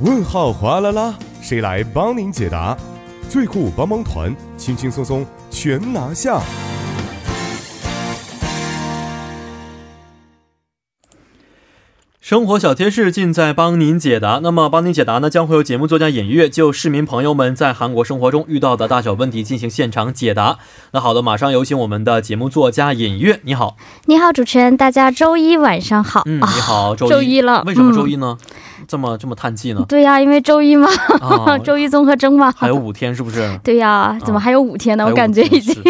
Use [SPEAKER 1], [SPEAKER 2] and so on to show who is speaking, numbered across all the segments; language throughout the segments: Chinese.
[SPEAKER 1] 问号哗啦啦，谁来帮您解答？最酷帮帮团，轻轻松松全拿下。
[SPEAKER 2] 生活小贴士尽在帮您解答。那么，帮您解答呢，将会由节目作家尹月就市民朋友们在韩国生活中遇到的大小问题进行现场解答。那好的，马上有请我们的节目作家尹月，你好，
[SPEAKER 3] 你好，主持人，大家周一晚上好。
[SPEAKER 2] 嗯，
[SPEAKER 3] 啊
[SPEAKER 2] 你好，周一，
[SPEAKER 3] 周一 了
[SPEAKER 2] 为什么周一呢？这么这么叹 气呢？
[SPEAKER 3] 对呀、因为周一嘛，，
[SPEAKER 2] 啊
[SPEAKER 3] 周一综合征嘛。
[SPEAKER 2] 还有五天是不 是？
[SPEAKER 3] 对呀、怎么还有五天呢？
[SPEAKER 2] 还有
[SPEAKER 3] 我感觉
[SPEAKER 2] 五天
[SPEAKER 3] 已经，
[SPEAKER 2] 是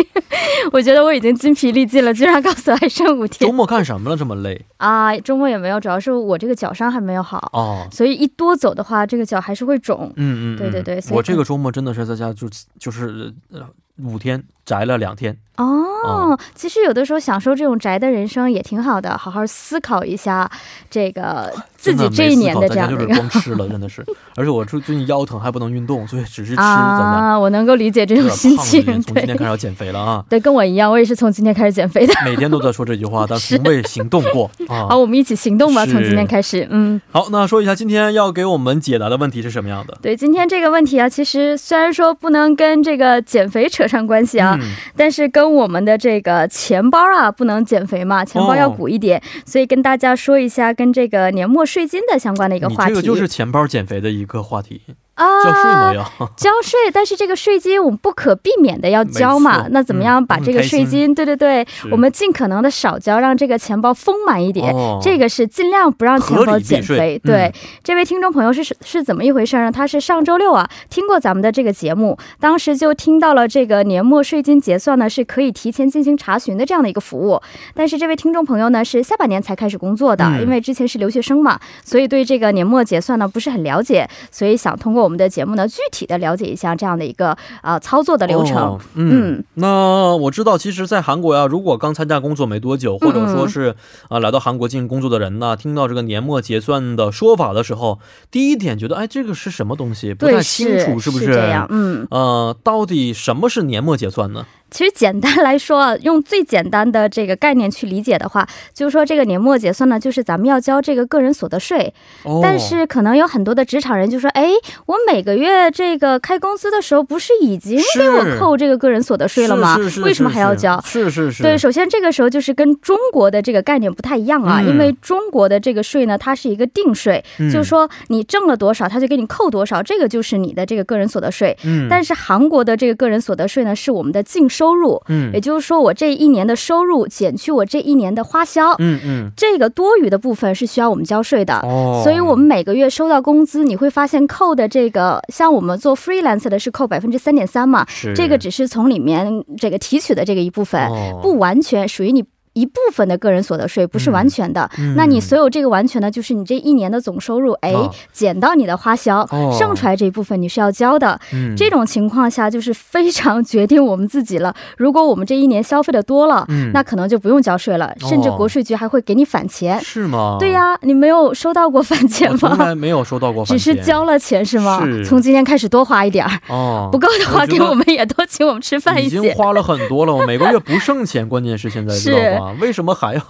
[SPEAKER 3] 我觉得我已经筋疲力尽了，居然告诉我还剩五
[SPEAKER 2] 周
[SPEAKER 3] 天
[SPEAKER 2] 末干什么了？这么累
[SPEAKER 3] 啊！周末也没有，主要是我这个脚伤还没有好，
[SPEAKER 2] 哦，
[SPEAKER 3] 所以一多走的话，这个脚还是会肿。
[SPEAKER 2] 嗯嗯，
[SPEAKER 3] 对对对
[SPEAKER 2] 嗯
[SPEAKER 3] 所以
[SPEAKER 2] 我这个周末真的是在家就就是呃五天宅了两天，
[SPEAKER 3] 哦，其实有的时候享受这种宅的人生也挺好的，好好思考一下这个自己
[SPEAKER 2] 真
[SPEAKER 3] 这
[SPEAKER 2] 没
[SPEAKER 3] 一
[SPEAKER 2] 思
[SPEAKER 3] 年
[SPEAKER 2] 考
[SPEAKER 3] 的
[SPEAKER 2] 在
[SPEAKER 3] 这
[SPEAKER 2] 家
[SPEAKER 3] 样的
[SPEAKER 2] 就
[SPEAKER 3] 一
[SPEAKER 2] 是
[SPEAKER 3] 个
[SPEAKER 2] 光吃了，真的是，而且我最最近腰疼还不能运动，所以只是吃在家。
[SPEAKER 3] 啊，我能够理解这
[SPEAKER 2] 有
[SPEAKER 3] 种
[SPEAKER 2] 点
[SPEAKER 3] 心
[SPEAKER 2] 胖了已
[SPEAKER 3] 情
[SPEAKER 2] 经，从今天
[SPEAKER 3] 对！
[SPEAKER 2] 开始要减肥了啊
[SPEAKER 3] 对，跟我一样，我也是从今天开始减肥的。
[SPEAKER 2] 每天都在说这句 话，但从未行动过啊
[SPEAKER 3] 哦好，。我们一起行动吧，
[SPEAKER 2] 是
[SPEAKER 3] 从今天开始。嗯，
[SPEAKER 2] 好，那说一下今天要给我们解答的问题是什么样的？
[SPEAKER 3] 对，今天这个问题啊，其实虽然说不能跟这个减肥扯上关系啊，
[SPEAKER 2] 嗯，
[SPEAKER 3] 但是跟我们的这个钱包啊不能减肥
[SPEAKER 2] 哦
[SPEAKER 3] 嘛，钱包要鼓一点，所以跟大家说一下跟这个年末税金的相关的一个
[SPEAKER 2] 你
[SPEAKER 3] 话题。
[SPEAKER 2] 这个就是钱包减肥的一个话题，
[SPEAKER 3] 啊，
[SPEAKER 2] 交税嘛要。
[SPEAKER 3] 交税，但是这个税金我们不可避免的要交
[SPEAKER 2] 没
[SPEAKER 3] 嘛
[SPEAKER 2] 错。嗯
[SPEAKER 3] 那怎么样把这个税金，对对对，
[SPEAKER 2] 是
[SPEAKER 3] 我们尽可能的少交，让这个钱包丰满一点。
[SPEAKER 2] 哦
[SPEAKER 3] 这个是尽量不让钱
[SPEAKER 2] 合
[SPEAKER 3] 包减
[SPEAKER 2] 理避
[SPEAKER 3] 肥
[SPEAKER 2] 税。嗯
[SPEAKER 3] 对，这位听众朋友是是是怎么一回事呢？他是上周六啊听过咱们的这个节目，当时就听到了这个年末税金结算呢是可以提前进行查询的这样的一个服务。但是这位听众朋友呢是下半年才开始工作的，
[SPEAKER 2] 嗯
[SPEAKER 3] 因为之前是留学生嘛，所以对这个年末结算呢不是很了解，所以想通过我们的节目呢具体的了解一下这样的一个啊、呃操作的流程。
[SPEAKER 2] 哦嗯，那我知道，其实，在韩国呀、如果刚参加工作没多久，或者
[SPEAKER 3] 嗯
[SPEAKER 2] 说是啊、来到韩国进行工作的人呢、听到这个年末结算的说法的时候，第一点觉得，哎，这个是什么东西？不
[SPEAKER 3] 对，
[SPEAKER 2] 太清楚，
[SPEAKER 3] 是
[SPEAKER 2] 不是？
[SPEAKER 3] 这样，嗯，
[SPEAKER 2] 呃，到底什么是年末结算呢？
[SPEAKER 3] 其实简单来说啊，用最简单的这个概念去理解的话，就是说这个年末结算呢，就是咱们要交这个个人所得税，
[SPEAKER 2] 哦
[SPEAKER 3] 但是可能有很多的职场人就说，哎，我每个月这个开工资的时候，不是已经给我
[SPEAKER 2] 是
[SPEAKER 3] 扣这个个人所得税了吗？
[SPEAKER 2] 是是是
[SPEAKER 3] 为什么还要交？
[SPEAKER 2] 是是是，
[SPEAKER 3] 对，首先这个时候就是跟中国的这个概念不太一样啊，
[SPEAKER 2] 嗯
[SPEAKER 3] 因为中国的这个税呢，它是一个定税，
[SPEAKER 2] 嗯
[SPEAKER 3] 就是说你挣了多少，它就给你扣多少，这个就是你的这个个人所得税。
[SPEAKER 2] 嗯，
[SPEAKER 3] 但是韩国的这个个人所得税呢，是我们的净收入，
[SPEAKER 2] 嗯
[SPEAKER 3] 也就是说我这一年的收入减去我这一年的花销，
[SPEAKER 2] 嗯嗯，
[SPEAKER 3] 这个多余的部分是需要我们交税的。
[SPEAKER 2] 哦，
[SPEAKER 3] 呃所以，我们每个月收到工资，你会发现扣的这个，像我们做 freelance 的是扣百分之三点三嘛，
[SPEAKER 2] 是
[SPEAKER 3] 这个只是从里面这个提取的这个一部分，
[SPEAKER 2] 哦
[SPEAKER 3] 不完全属于你一部分的个人所得税，不是完全的。
[SPEAKER 2] 嗯
[SPEAKER 3] 那你所有这个完全呢，就是你这一年的总收入，哎
[SPEAKER 2] 啊，
[SPEAKER 3] 减到你的花销，
[SPEAKER 2] 哦
[SPEAKER 3] 剩出来这一部分你是要交的。
[SPEAKER 2] 嗯
[SPEAKER 3] 这种情况下，就是非常决定我们自己了。 如果我们这一年消费的多了，
[SPEAKER 2] 嗯
[SPEAKER 3] 那可能就不用交税了，甚至
[SPEAKER 2] 哦
[SPEAKER 3] 国税局还会给你返钱。
[SPEAKER 2] 是吗？
[SPEAKER 3] 对、呀、你没有收到过返钱
[SPEAKER 2] 我从
[SPEAKER 3] 吗？
[SPEAKER 2] 来没有收到过返
[SPEAKER 3] 只
[SPEAKER 2] 钱，
[SPEAKER 3] 是交了钱是吗
[SPEAKER 2] 是
[SPEAKER 3] 从今天开始多花一点儿，
[SPEAKER 2] 哦，
[SPEAKER 3] 不够的话
[SPEAKER 2] 我觉得
[SPEAKER 3] 给我们也多请我们吃饭一
[SPEAKER 2] 已
[SPEAKER 3] 些
[SPEAKER 2] 经。花了很多了，我每个月不剩钱，关键是现在知道吗？为什么还要？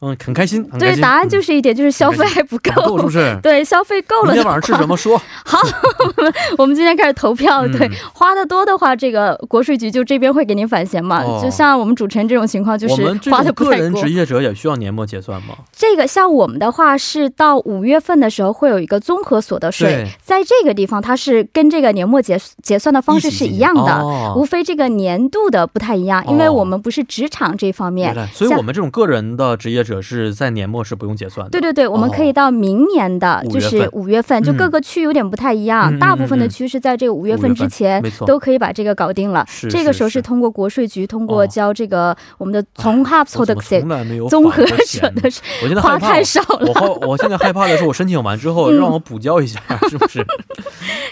[SPEAKER 2] 嗯，很开心，很开
[SPEAKER 3] 对，
[SPEAKER 2] 心。
[SPEAKER 3] 答案就是是一点，就是消费还不
[SPEAKER 2] 不够，
[SPEAKER 3] 够。
[SPEAKER 2] 是不是？
[SPEAKER 3] 对，消费够了
[SPEAKER 2] 明
[SPEAKER 3] 的
[SPEAKER 2] 天
[SPEAKER 3] 话
[SPEAKER 2] 晚上吃什么？说
[SPEAKER 3] 我们今天开始投票，
[SPEAKER 2] 嗯
[SPEAKER 3] 对，花的多的话，这个国税局就这边会给您返钱嘛。
[SPEAKER 2] 哦
[SPEAKER 3] 就像我们主持人这种情况，就
[SPEAKER 2] 我
[SPEAKER 3] 是
[SPEAKER 2] 们这
[SPEAKER 3] 花的
[SPEAKER 2] 种
[SPEAKER 3] 不
[SPEAKER 2] 个
[SPEAKER 3] 太
[SPEAKER 2] 人
[SPEAKER 3] 够。
[SPEAKER 2] 职业者也需要年末结算吗？
[SPEAKER 3] 这个像我们的话是到五月份的时候会有一个综合所得税
[SPEAKER 2] 对，
[SPEAKER 3] 在这个地方它是跟这个年末结结算的方式是一样
[SPEAKER 2] 起进
[SPEAKER 3] 的
[SPEAKER 2] 行。哦
[SPEAKER 3] 无非这个年度的不太一样，因为我们不是职场这方面
[SPEAKER 2] 原，来，所以
[SPEAKER 3] 像
[SPEAKER 2] 我们这种个人的职业者是在年末是不用结算的。
[SPEAKER 3] 对对对，我们可以到明年的，
[SPEAKER 2] 哦五
[SPEAKER 3] 就
[SPEAKER 2] 月份
[SPEAKER 3] 是五月份，就
[SPEAKER 2] 嗯
[SPEAKER 3] 各个区有点不太一样，
[SPEAKER 2] 嗯嗯
[SPEAKER 3] 大部分
[SPEAKER 2] 嗯
[SPEAKER 3] 的
[SPEAKER 2] 嗯
[SPEAKER 3] 区是在这个五月
[SPEAKER 2] 五
[SPEAKER 3] 份
[SPEAKER 2] 月份
[SPEAKER 3] 之前
[SPEAKER 2] 没错
[SPEAKER 3] 都可以把这个搞定了。
[SPEAKER 2] 是
[SPEAKER 3] 这个时候
[SPEAKER 2] 是
[SPEAKER 3] 是
[SPEAKER 2] 是
[SPEAKER 3] 通过国税局，通
[SPEAKER 2] 哦哎
[SPEAKER 3] 过交这个我们的从哈
[SPEAKER 2] 我
[SPEAKER 3] 凑
[SPEAKER 2] 怎
[SPEAKER 3] 的
[SPEAKER 2] 么从来没有
[SPEAKER 3] 综合
[SPEAKER 2] 返过
[SPEAKER 3] 者
[SPEAKER 2] 钱呢
[SPEAKER 3] 的是
[SPEAKER 2] 我现在害
[SPEAKER 3] 花
[SPEAKER 2] 怕
[SPEAKER 3] 太，少了。嗯
[SPEAKER 2] 我后我现在害怕的是，我申请完之后让我补交一下，是不是？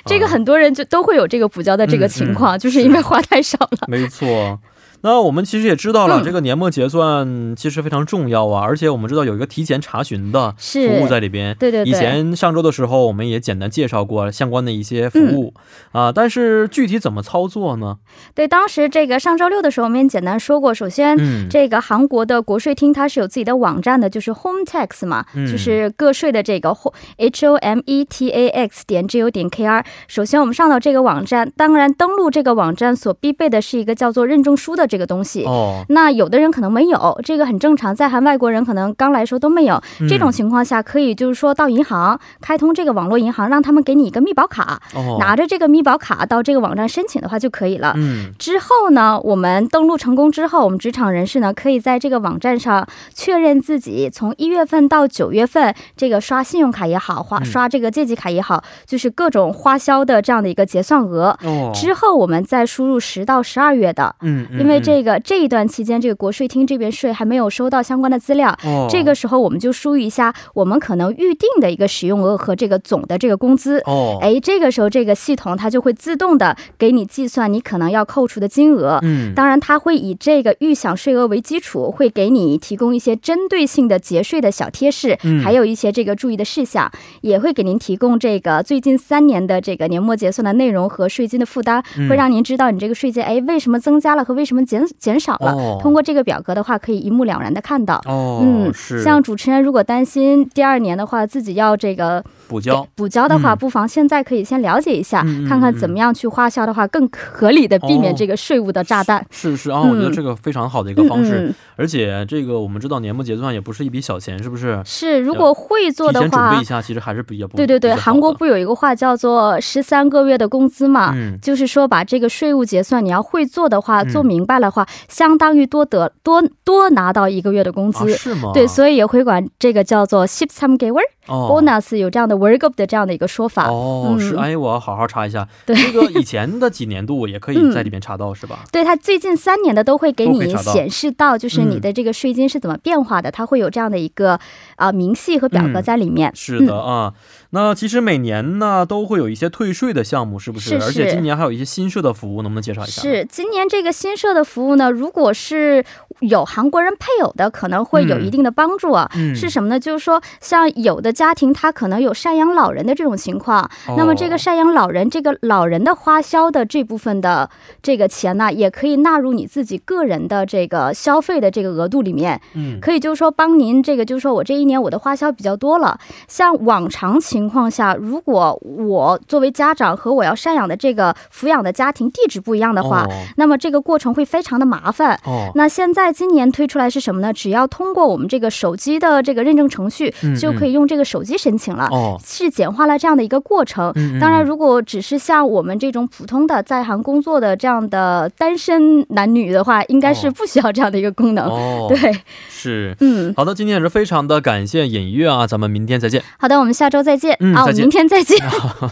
[SPEAKER 3] 这个
[SPEAKER 2] 啊
[SPEAKER 3] 很多人就都会有这个补交的这个情况，
[SPEAKER 2] 嗯嗯
[SPEAKER 3] 就是因为花太少了。
[SPEAKER 2] 没错。那我们其实也知道了，
[SPEAKER 3] 嗯
[SPEAKER 2] 这个年末结算其实非常重要啊，而且我们知道有一个提前查询的服
[SPEAKER 3] 是
[SPEAKER 2] 务在里边。
[SPEAKER 3] 对对对
[SPEAKER 2] 以前上周的时候，我们也简单介绍过相关的一些服务
[SPEAKER 3] 嗯
[SPEAKER 2] 啊、但是具体怎么操作呢？
[SPEAKER 3] 对，当时这个上周六的时候，我们也简单说过，首先。
[SPEAKER 2] 嗯，
[SPEAKER 3] 这个韩国的国税厅它是有自己的网站的，就是 Home Tax 嘛，
[SPEAKER 2] 嗯
[SPEAKER 3] 就是个税的这个 H O M E T A X 点 G O 点 K R。首先我们上到这个网站，当然登录这个网站所必备的是一个叫做认证书的这个东西。
[SPEAKER 2] 哦，
[SPEAKER 3] 那有的人可能没有，这个很正常，在韩外国人可能刚来的时候都没有。
[SPEAKER 2] 嗯
[SPEAKER 3] 这种情况下，可以就是说到银行开通这个网络银行，让他们给你一个密保卡，
[SPEAKER 2] 哦，
[SPEAKER 3] 拿着这个密保卡到这个网站申请的话就可以了。
[SPEAKER 2] 嗯
[SPEAKER 3] 之后呢，我们登录成功之后，我们职场人士呢可以在这个网站上确认自己从一月份到九月份这个刷信用卡也好，花
[SPEAKER 2] 嗯
[SPEAKER 3] 刷这个借记卡也好，就是各种花销的这样的一个结算额。
[SPEAKER 2] 哦，
[SPEAKER 3] 之后我们再输入十到十二月的，
[SPEAKER 2] 嗯，嗯
[SPEAKER 3] 因为
[SPEAKER 2] 嗯
[SPEAKER 3] 这个这一段期间，这个国税厅这边税还没有收到相关的资料。
[SPEAKER 2] 哦
[SPEAKER 3] 这个时候我们就输入一下我们可能预定的一个使用额和这个总的这个工资。
[SPEAKER 2] 哦，
[SPEAKER 3] 哎，这个时候这个系统它就会自动的给你计算你可能要扣除的金额。
[SPEAKER 2] 嗯，
[SPEAKER 3] 当然，它会以这个预想税额为基础，会给你提供一些针对性的节税的小贴士，
[SPEAKER 2] 嗯
[SPEAKER 3] 还有一些这个注意的事项，也会给您提供这个最近三年的这个年末结算的内容和税金的负担，
[SPEAKER 2] 嗯
[SPEAKER 3] 会让您知道你这个税金哎为什么增加了和为什么减减少了。
[SPEAKER 2] 哦
[SPEAKER 3] 通过这个表格的话，可以一目了然的看到。
[SPEAKER 2] 哦，
[SPEAKER 3] 嗯，
[SPEAKER 2] 是
[SPEAKER 3] 像主持人如果担心第二年的话，自己要这个
[SPEAKER 2] 补交
[SPEAKER 3] 补交的话，
[SPEAKER 2] 嗯
[SPEAKER 3] 不妨现在可以先了解一下，
[SPEAKER 2] 嗯嗯
[SPEAKER 3] 看看怎么样去花销的话，更合理的避免
[SPEAKER 2] 哦
[SPEAKER 3] 这个税务的炸弹。
[SPEAKER 2] 是是啊，我觉得
[SPEAKER 3] 嗯
[SPEAKER 2] 这个非常好的一个
[SPEAKER 3] 嗯
[SPEAKER 2] 方式，
[SPEAKER 3] 嗯，
[SPEAKER 2] 而且这个我们知道年末结算也不是一笔小钱，是不是？
[SPEAKER 3] 是如果会做
[SPEAKER 2] 提
[SPEAKER 3] 的
[SPEAKER 2] 前准备
[SPEAKER 3] 话
[SPEAKER 2] 一，下，其实还是比较不
[SPEAKER 3] 对对对，
[SPEAKER 2] 比较好的
[SPEAKER 3] 韩国不有一个话叫做“十三个月的工资”嘛。
[SPEAKER 2] 嗯
[SPEAKER 3] 就是说，把这个税务结算，你要会做的话，
[SPEAKER 2] 嗯
[SPEAKER 3] 做明白的话，相当于多得多多拿到一个月的工
[SPEAKER 2] 啊
[SPEAKER 3] 资。
[SPEAKER 2] 是吗？
[SPEAKER 3] 对，所以也会管这个叫做 “ship some g a w e r
[SPEAKER 2] 哦
[SPEAKER 3] bonus”，有这样的 “work up” 的这样的一个说法。
[SPEAKER 2] 哦是
[SPEAKER 3] 嗯
[SPEAKER 2] 哎，我要好好查一下。
[SPEAKER 3] 对嗯
[SPEAKER 2] 这个以前的几年度也 可以在里面查到，是吧？
[SPEAKER 3] 对，它最近三年的都会给
[SPEAKER 2] 都可以
[SPEAKER 3] 你
[SPEAKER 2] 查到嗯
[SPEAKER 3] 显示到，就是你的这个税金是怎么变化的，它会有这样的一个啊、呃明细和表
[SPEAKER 2] 嗯
[SPEAKER 3] 格在里面。
[SPEAKER 2] 是的啊，那其实每年呢都会有一些退税的项目，是不
[SPEAKER 3] 是是
[SPEAKER 2] 而且今年还有一些新设的服务，能不能介绍一下？
[SPEAKER 3] 是今年这个新设的服务呢，如果是有韩国人配偶的，可能会有
[SPEAKER 2] 嗯
[SPEAKER 3] 一定的帮助啊。
[SPEAKER 2] 嗯，
[SPEAKER 3] 是什么呢？就是说，像有的家庭他可能有赡养老人的这种情况，
[SPEAKER 2] 哦
[SPEAKER 3] 那么这个赡养老人，这个老人的花销的这部分的这个钱呢，也可以纳入你自己个人的这个消费的这个额度里面。
[SPEAKER 2] 嗯
[SPEAKER 3] 可以就是说帮您这个，就是说我这一年我的花销比较多了。像往常情况下，如果我作为家长和我要赡养的这个抚养的家庭地址不一样的话，
[SPEAKER 2] 哦
[SPEAKER 3] 那么这个过程会非常的麻烦。
[SPEAKER 2] 哦
[SPEAKER 3] 那现在今年推出来是什么呢？只要通过我们这个手机的这个认证程序，
[SPEAKER 2] 嗯
[SPEAKER 3] 就可以用这个手机申请了。
[SPEAKER 2] 哦，
[SPEAKER 3] 是简化了这样的一个过程，
[SPEAKER 2] 嗯嗯
[SPEAKER 3] 当然，如果只是像我们这种普通的在韩工作的这样的单身男女的话，应该是
[SPEAKER 2] 哦
[SPEAKER 3] 不需要这样的一个功能。
[SPEAKER 2] 哦
[SPEAKER 3] 对，
[SPEAKER 2] 是。
[SPEAKER 3] 嗯，
[SPEAKER 2] 好的，今天也是非常的感谢尹月啊，咱们明天再见。
[SPEAKER 3] 好的，我们下周再见、
[SPEAKER 2] 嗯
[SPEAKER 3] 啊，
[SPEAKER 2] 再
[SPEAKER 3] 我们
[SPEAKER 2] 见
[SPEAKER 3] 明 天再见。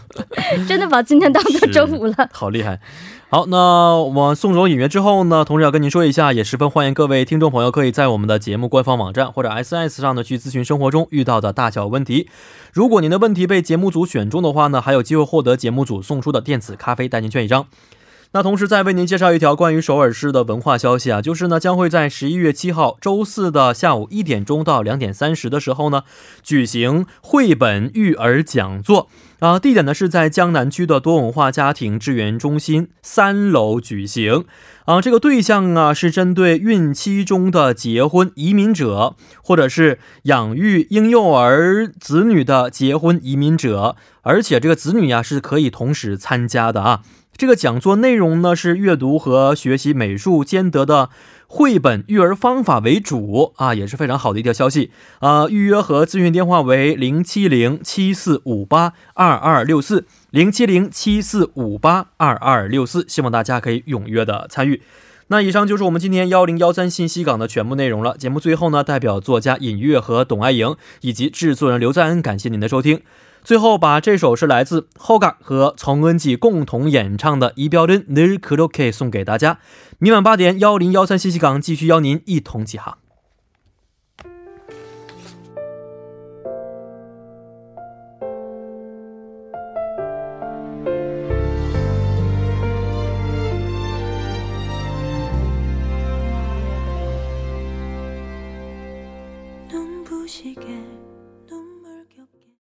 [SPEAKER 3] 真的把今天当做周五了。
[SPEAKER 2] 好厉害！好，那我送走演员之后呢，同时要跟您说一下，也十分欢迎各位听众朋友可以在我们的节目官方网站或者 SNS 上呢去咨询生活中遇到的大小问题。如果您的问题被节目组选中的话呢，还有机会获得节目组送出的电子咖啡代金券一张。那同时再为您介绍一条关于首尔市的文化消息啊，就是呢将会在十一月七号周四的下午一点钟到两点三十的时候呢，举行绘本育儿讲座。啊，地点呢是在江南区的多文化家庭支援中心三楼举行。啊，这个对象啊是针对孕期中的结婚移民者，或者是养育婴幼儿子女的结婚移民者，而且这个子女呀、是可以同时参加的啊。这个讲座内容呢是阅读和学习美术兼得的绘本育儿方法为主啊，也是非常好的一条消息。呃，预约和咨询电话为零七零七四五八二二六四零七零七四五八二二六四，希望大家可以踊跃的参与。那以上就是我们今天幺零幺三信息港的全部内容了。节目最后呢，代表作家尹月和董爱莹以及制作人刘在恩，感谢您的收听。最后把这首是来自 Hoga 和从恩纪共同演唱的《一标真 n e r k u r o k 送给大家。明晚八点幺零幺三信息港继续邀您一同起航。